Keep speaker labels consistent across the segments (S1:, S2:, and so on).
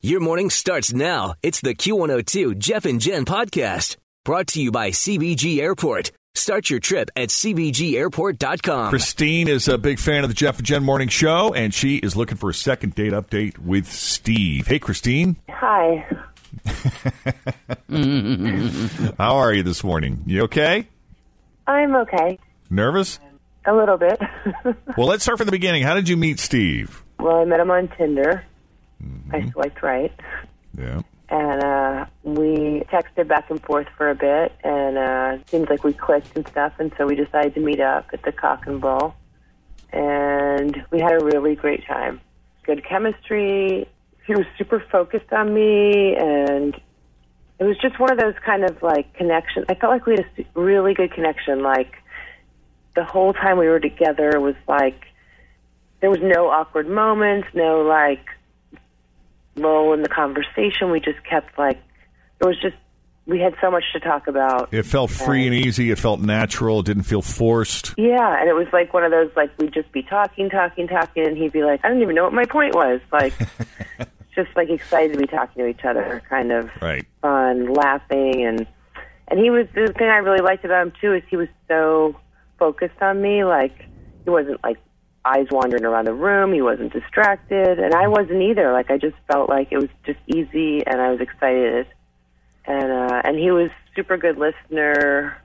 S1: Your morning starts now. It's the Q102 Jeff and Jen podcast brought to you by CBG Airport. Start your trip at CBGAirport.com.
S2: Christine is a big fan of the Jeff and Jen Morning Show, and she is looking for a second date update with Steve. Hey, Christine,
S3: Hi.
S2: how are you this morning? You okay?
S3: I'm okay.
S2: Nervous?
S3: A little bit.
S2: Well, let's start from the beginning. How did you meet Steve?
S3: well, I met him on Tinder. I swiped right.
S2: Yeah.
S3: And uh, we texted back and forth for a bit. And uh, it seems like we clicked and stuff. And so we decided to meet up at the Cock and Bull. And we had a really great time. Good chemistry. He was super focused on me. And it was just one of those kind of like connection. I felt like we had a s- really good connection. Like the whole time we were together was like there was no awkward moments, no like lull in the conversation. We just kept like it was just we had so much to talk about.
S2: It felt free and easy. It felt natural. It didn't feel forced.
S3: Yeah, and it was like one of those like we'd just be talking, talking, talking, and he'd be like, I don't even know what my point was. Like just like excited to be talking to each other, kind of
S2: Right.
S3: fun, laughing, and and he was the thing I really liked about him too is he was so focused on me. Like he wasn't like eyes wandering around the room. He wasn't distracted, and I wasn't either. Like I just felt like it was just easy, and I was excited, and uh, and he was super good listener.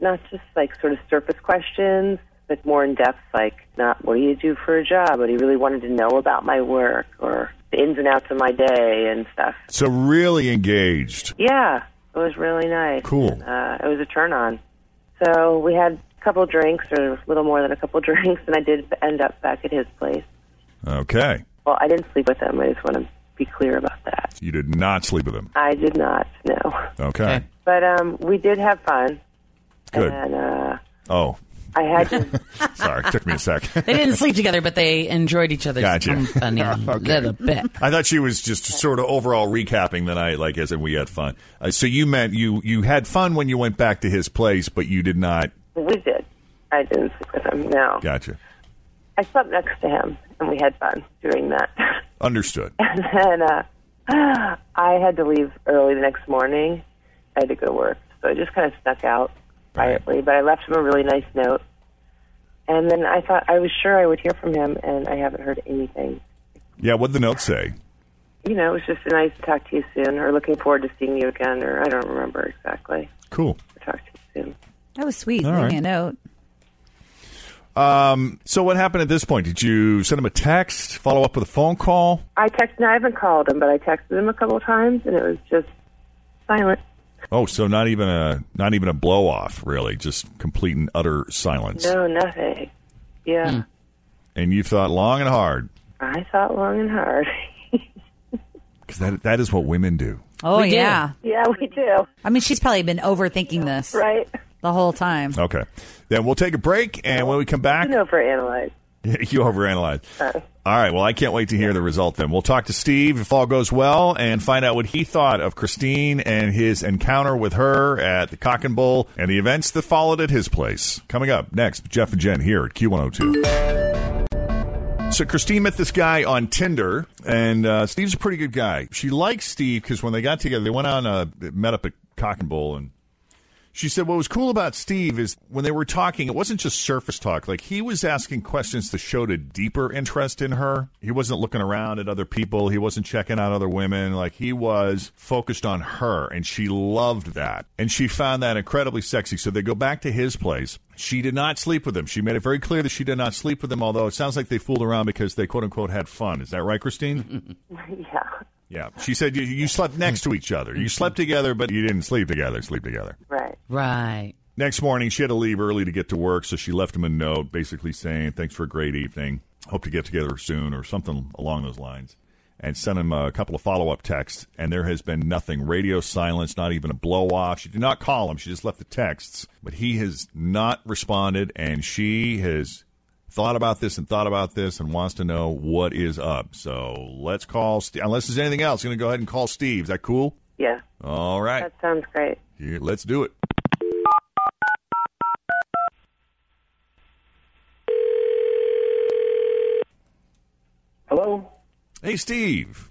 S3: Not just like sort of surface questions, but more in depth, like not what do you do for a job, but he really wanted to know about my work or the ins and outs of my day and stuff.
S2: So really engaged.
S3: Yeah, it was really nice.
S2: Cool.
S3: Uh, it was a turn on. So we had a couple drinks, or a little more than a couple drinks, and I did end up back at his place.
S2: Okay.
S3: Well, I didn't sleep with him. I just want to be clear about that.
S2: You did not sleep with him.
S3: I did not, no.
S2: Okay.
S3: But um, we did have fun.
S2: Good.
S3: And uh,
S2: Oh,
S3: I had to.
S2: sorry. Took me a sec.
S4: They didn't sleep together, but they enjoyed each other's
S2: Gotcha.
S4: company a little bit.
S2: I thought she was just sort of overall recapping the night, like as in we had fun. Uh, so you meant you you had fun when you went back to his place, but you did not.
S3: we did. I didn't sleep with him, no.
S2: Gotcha.
S3: I slept next to him, and we had fun doing that.
S2: Understood.
S3: and uh, I had to leave early the next morning. I had to go to work, so I just kind of snuck out quietly. But I left him a really nice note, and then I thought I was sure I would hear from him, and I haven't heard anything.
S2: Yeah. What did the note say?
S3: You know, it was just nice to talk to you soon, or looking forward to seeing you again, or I don't remember exactly.
S2: Cool.
S3: Talk to you soon.
S5: That was sweet.
S2: right.
S5: Leaving a note.
S2: So what happened at this point? Did you send him a text? Follow up with a phone call?
S3: I texted. I haven't called him, but I texted him a couple times, and it was just silent.
S2: Oh, so not even a not even a blow off, really, just complete and utter silence.
S3: No, nothing. Yeah,
S2: And you thought long and hard
S3: I thought long and hard.
S2: because that that is what women do.
S5: Oh
S4: We did.
S5: yeah.
S3: yeah, we do,
S5: I mean, she's probably been overthinking this
S3: right?
S5: the whole time.
S2: Okay. Then we'll take a break, and when we come back,
S3: You know, for analyze.
S2: you overanalyze. All right. Well, I can't wait to hear the result. Then we'll talk to Steve if all goes well, and find out what he thought of Christine and his encounter with her at the Cock and Bull, and the events that followed at his place. Coming up next, Jeff and Jen here at Q one hundred and two. So Christine met this guy on Tinder, and uh, Steve's a pretty good guy. She likes Steve because when they got together, they went on uh, met up at Cock and Bull, and she said what was cool about Steve is when they were talking, it wasn't just surface talk. Like he was asking questions that showed a deeper interest in her. He wasn't looking around at other people. He wasn't checking out other women. Like he was focused on her, and she loved that, and she found that incredibly sexy. So they go back to his place. She did not sleep with him. She made it very clear that she did not sleep with him, although it sounds like they fooled around because they quote unquote had fun. Is that right, Christine?
S3: Yeah,
S2: yeah. She said you, you slept next to each other. You slept together, but you didn't sleep together. Sleep together.
S3: right.
S4: Right.
S2: Next morning, she had to leave early to get to work, so she left him a note basically saying, Thanks for a great evening. Hope to get together soon, or something along those lines. and sent him a couple of follow up texts, and there has been nothing. Radio silence, not even a blow off. She did not call him, she just left the texts, but he has not responded, and she has thought about this and thought about this and wants to know what is up. So let's call, Ste unless there's anything else, going to go ahead and call Steve. Is that cool?
S6: Yeah,
S2: All right.
S6: that sounds great.
S2: Here, let's do it.
S3: Hello?
S2: Hey, Steve.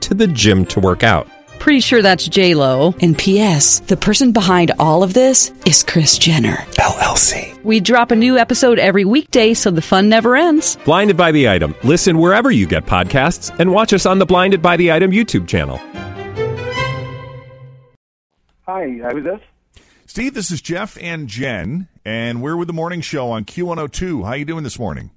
S7: to the gym to work out.
S8: Pretty sure that's J Lo.
S5: And P.S. The person behind all of this is Chris Jenner.
S7: LLC.
S8: We drop a new episode every weekday, so the fun never ends.
S7: Blinded by the item. Listen wherever you get podcasts, and watch us on the Blinded by the Item YouTube channel.
S3: Hi, uh, who's this?
S2: Steve, this is Jeff and Jen, and we're with the morning show on Q102. How you doing this morning?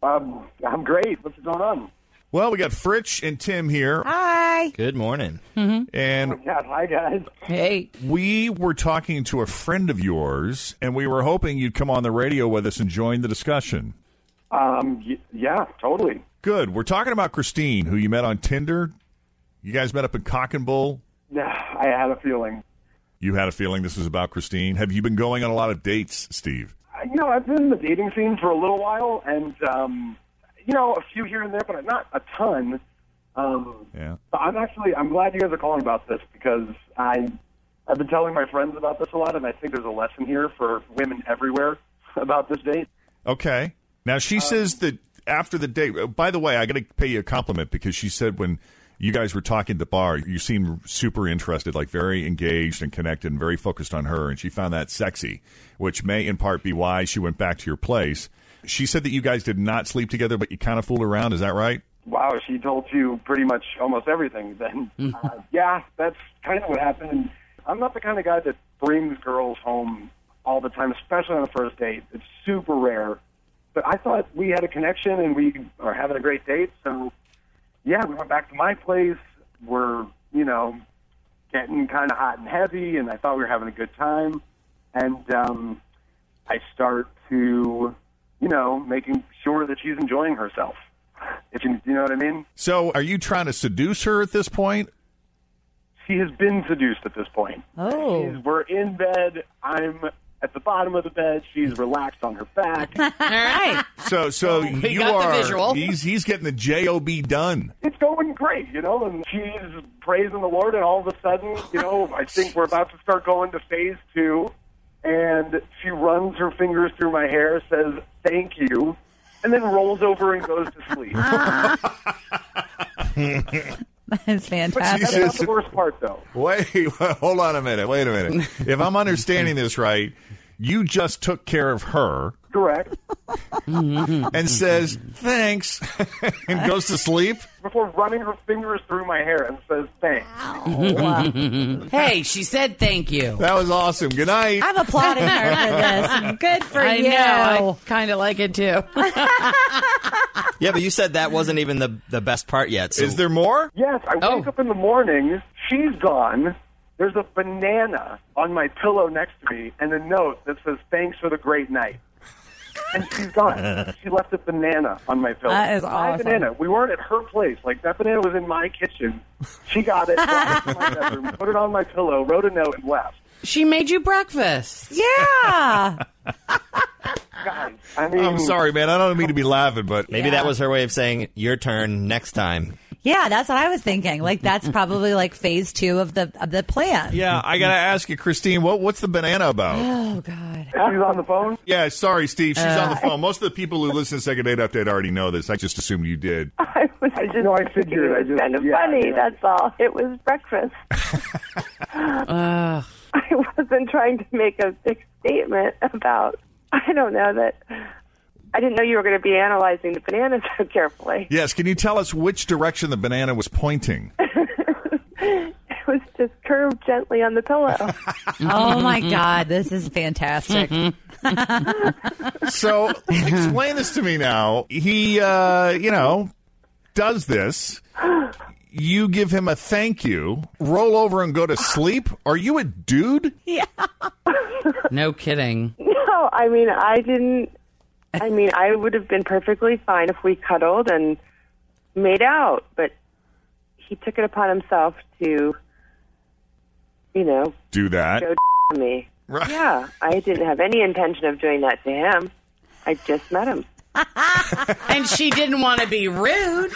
S3: Um, I'm great. What's going on?
S2: Well, we got Fritch and Tim here,
S9: Hi.
S10: Good morning.
S2: and
S3: Yeah, hi, guys.
S8: Hey.
S2: we were talking to a friend of yours, and we were hoping you'd come on the radio with us and join the discussion.
S3: Um, y- yeah, totally.
S2: Good. We're talking about Christine, who you met on Tinder. You guys met up in Cock and Bull.
S3: Yeah, I had a feeling.
S2: You had a feeling this was about Christine. Have you been going on a lot of dates, Steve?
S3: Uh, You know, I've been in the dating scene for a little while, and, um, you know, a few here and there, but not a ton. Um,
S2: Yeah.
S3: but I'm actually, I'm glad you guys are calling about this because I, I've been telling my friends about this a lot, and I think there's a lesson here for women everywhere about this date.
S2: Okay. Now she says that after the date. uh, By the way, I got to pay you a compliment because she said when you guys were talking at the bar, you seemed super interested, like very engaged and connected, and very focused on her, and she found that sexy, which may in part be why she went back to your place. She said that you guys did not sleep together, but you kind of fooled around. Is that right?
S3: wow, she told you pretty much almost everything then. uh, yeah, that's kind of what happened. And I'm not the kind of guy that brings girls home all the time, especially on a first date. It's super rare. But I thought we had a connection and we are having a great date. So, yeah, we went back to my place. We're, you know, getting kind of hot and heavy, and I thought we were having a good time. And um, I start to, you know, making sure that she's enjoying herself. If you, you know what I mean?
S2: So, are you trying to seduce her at this point?
S3: She has been seduced at this point.
S9: Oh.
S3: She's- We're in bed. I'm at the bottom of the bed. She's relaxed on her back.
S8: All right.
S2: So, so you
S8: got the
S2: are.
S8: visual.
S2: He's he's getting the job done.
S3: it's going great, you know, and she's praising the Lord. And all of a sudden, you know, I think we're about to start going to phase two. And she runs her fingers through my hair, says, thank you, and then rolls over and goes to sleep.
S9: That's
S2: But
S9: fantastic.
S2: she
S3: That's not the worst part, though.
S2: Wait, hold on a minute. Wait a minute. If I'm understanding this right, you just took care of her
S3: Correct.
S2: and says thanks and goes to sleep.
S3: Before running her fingers through my hair and says, thanks.
S8: Hey, she said thank you.
S2: That was awesome. Good night.
S9: I'm applauding her for this. Good for you.
S8: kind of like it too.
S10: Yeah, but you said that wasn't even the the best part yet. So
S2: Is there more?
S3: Yes, I wake up in the morning. She's gone. There's a banana on my pillow next to me and a note that says, Thanks for the great night. And she's gone. she left a banana on my pillow.
S9: That is
S3: My
S9: awesome.
S3: banana. We weren't at her place. Like, that banana was in my kitchen. She got it, brought it to my bedroom, put it on my pillow, wrote a note, and left.
S8: She made you breakfast.
S9: Yeah.
S3: Guys, I mean,
S2: I'm sorry, man. I don't mean to be laughing, but
S10: maybe that was her way of saying your turn next time.
S9: Yeah, that's what I was thinking. Like that's probably like phase two of the of the plan.
S2: yeah, I gotta ask you, Christine. What what's the banana about?
S9: Oh God.
S3: She's on the phone.
S2: yeah, sorry, Steve. She's on the phone. Most of the people who listen to Second Date Update already know this. I just assumed you did.
S6: I was just
S3: know, I
S6: thinking
S3: figured, I
S6: it was
S3: just-
S6: kind of
S3: yeah,
S6: funny.
S3: yeah.
S6: That's all. It was breakfast. I wasn't trying to make a big statement about. I don't know that
S3: I didn't know you were going to be analyzing the banana so carefully.
S2: Yes, can you tell us which direction the banana was pointing?
S3: It was just curved gently on the pillow.
S5: oh my God, this is fantastic.
S2: so explain this to me now. He, uh, you know, does this. You give him a thank you, roll over and go to sleep. Are you a dude?
S3: yeah.
S8: No kidding.
S3: No, I mean, I didn't. I mean, I would have been perfectly fine if we cuddled and made out, but he took it upon himself to, you know,
S2: Do that.
S3: show to me. Yeah, I didn't have any intention of doing that to him. I just met him.
S8: And she didn't want to be rude.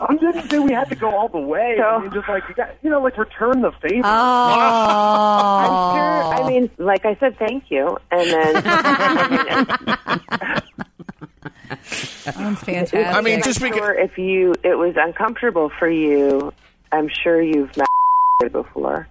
S7: I didn't say we had to go all the way. I mean, just like you, got, you know, like return the favor.
S3: I'm sure. I mean, like I said, thank you, and then
S5: Sounds fantastic.
S3: I mean, just because if you it was uncomfortable for you, I'm sure you've met before.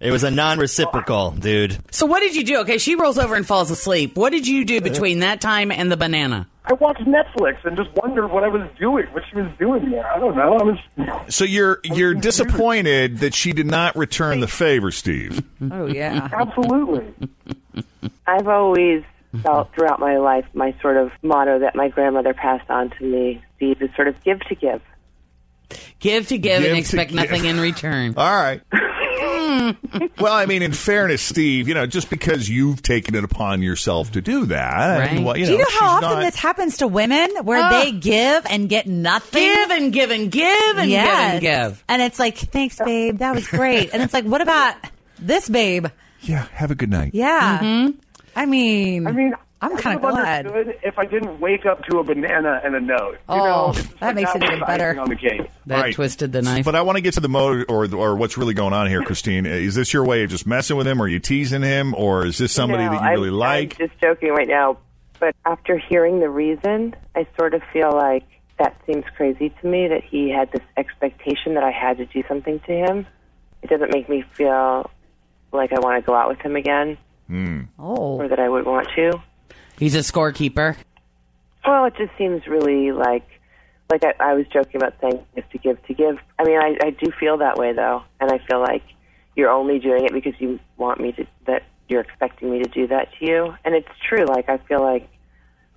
S11: It was a non-reciprocal, dude.
S8: So what did you do? Okay, she rolls over and falls asleep. What did you do between that time and the banana?
S7: I watched Netflix and just wondered what I was doing, what she was doing there. I don't know. I was
S2: So you're you're disappointed that she did not return the favor, Steve.
S5: Oh yeah,
S7: absolutely.
S3: I've always felt throughout my life my sort of motto that my grandmother passed on to me, Steve, is sort of give to give.
S8: Give to give,
S2: Give
S8: and
S2: to
S8: expect
S2: give.
S8: nothing in return.
S2: All right. Hmm. well, I mean, in fairness, Steve, you know, just because you've taken it upon yourself to do that,
S8: Right.
S2: well, you
S5: Do you know
S2: she's
S5: how often
S2: not-
S5: this happens to women where
S8: Ah.
S5: they give and get nothing?
S8: Give and give and give and
S5: Yes.
S8: give and give.
S5: And it's like, thanks, babe. That was great. And it's like, what about this, babe?
S2: Yeah, have a good night.
S5: Yeah.
S8: Mm-hmm.
S5: I mean, I
S7: mean,
S5: I'm
S7: I
S5: kind of
S7: would have
S5: glad.
S7: understood if I didn't wake up to a banana and a note. You
S5: Oh,
S7: know, It's just
S5: that
S7: like,
S5: makes it
S7: was
S5: even
S7: the
S5: better.
S7: icing On the cake.
S8: That twisted the knife.
S2: But I want to get to the mode or or what's really going on here, Christine. Is this your way of just messing with him? Or are you teasing him? Or is this somebody
S3: No,
S2: that you really
S3: I'm,
S2: like?
S3: I'm just joking right now, but after hearing the reason, I sort of feel like that seems crazy to me that he had this expectation that I had to do something to him. It doesn't make me feel like I want to go out with him again
S2: Hmm.
S5: Oh,
S3: or that I would want to.
S8: He's a scorekeeper.
S3: Well, it just seems really like, like I, I was joking about saying give to give to give. I mean, I, I do feel that way though, and I feel like you're only doing it because you want me to that you're expecting me to do that to you, and it's true. Like I feel like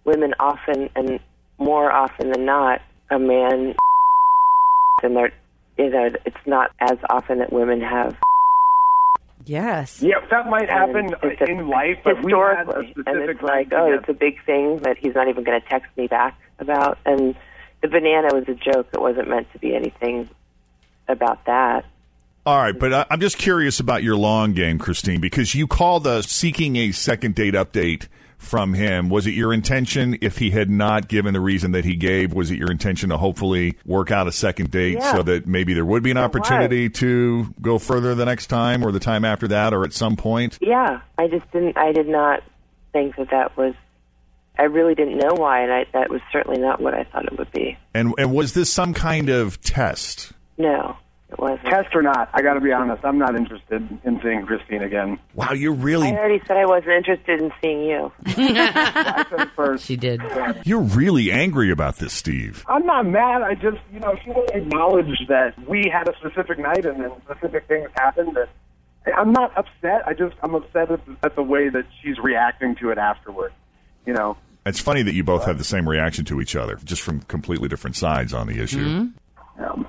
S3: women often and more often than not, a man and they're you know it's not as often that women have
S5: yes.
S7: Yeah, that might happen
S3: and it's a-
S7: in life, but we had a
S3: historically,
S7: specific
S3: and it's
S7: night
S3: like, oh,
S7: together.
S3: it's a big thing that he's not even going to text me back about. And the banana was a joke; it wasn't meant to be anything about that.
S2: All right, but I, I'm just curious about your long game, Christine, because you called us seeking a second date update from him. Was it your intention, if he had not given the reason that he gave, was it your intention to hopefully work out a second date
S3: Yeah.
S2: so that maybe there would be an opportunity to go further the next time or the time after that or at some point?
S3: Yeah, I just didn't. I did not think that that was. I really didn't know why, and I, that was certainly not what I thought it would be.
S2: And, and was this some kind of test?
S3: No, it wasn't.
S7: Test or not, I got to be honest. I'm not interested in seeing Christine again.
S2: Wow, you're
S3: I
S2: really
S3: already said I wasn't interested in seeing you.
S7: I said it first.
S8: She did.
S2: you're really angry about this, Steve.
S7: I'm not mad. I just, you know, she won't acknowledge that we had a specific night and then specific things happened. That I'm not upset. I just, I'm upset at the, at the way that she's reacting to it afterward. You know,
S2: It's funny that you both had the same reaction to each other, just from completely different sides on the issue.
S7: um,
S2: All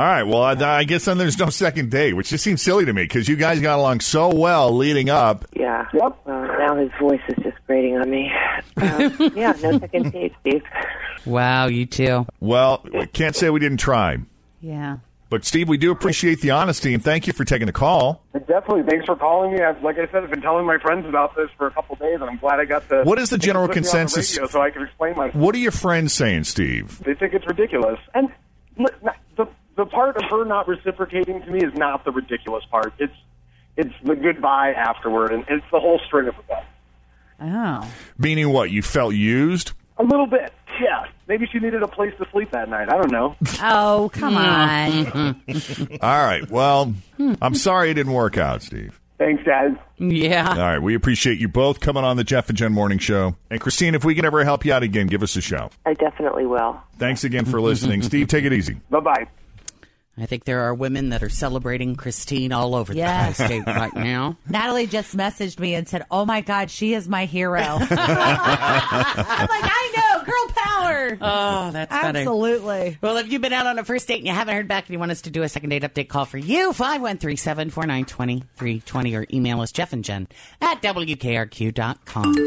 S2: right. Well, I, I guess then there's no second date, which just seems silly to me because you guys got along so well leading up.
S3: Yeah.
S7: Yep.
S3: Well, now his voice is just grating on me. Um, yeah, no second date, Steve.
S8: Wow, you too.
S2: Well, can't say we didn't try.
S5: Yeah.
S2: But, Steve, we do appreciate the honesty and thank you for taking the call.
S7: definitely. Thanks for calling me. I've, like I said, I've been telling my friends about this for a couple days, and I'm glad I got the.
S2: What is the general
S7: put me on
S2: consensus?
S7: radio so I can explain myself.
S2: What are your friends saying, Steve?
S7: They think it's ridiculous. And look, the the part of her not reciprocating to me is not the ridiculous part. It's it's the goodbye afterward, and it's the whole string of events.
S5: Oh.
S2: Meaning what? You felt used?
S7: A little bit, yeah. Maybe she needed a place to sleep that night. I don't know.
S5: Oh, come on.
S2: All right. Well, I'm sorry it didn't work out, Steve.
S7: Thanks, guys.
S8: Yeah.
S2: All right. We appreciate you both coming on the Jeff and Jen Morning Show. And Christine, if we can ever help you out again, give us a shout.
S3: I definitely will.
S2: Thanks again for listening. Steve, take it easy.
S7: Bye bye.
S8: I think there are women that are celebrating Christine all over
S5: Yes.
S8: the state right now.
S5: Natalie just messaged me and said, "Oh my God, she is my hero." I'm like, I know, girl power.
S8: Oh, that's funny.
S5: absolutely.
S8: Well, if you've been out on a first date and you haven't heard back and you want us to do a second date update call for you, 5137 490 320 or email us Jeff and Jen at WKRQ.com.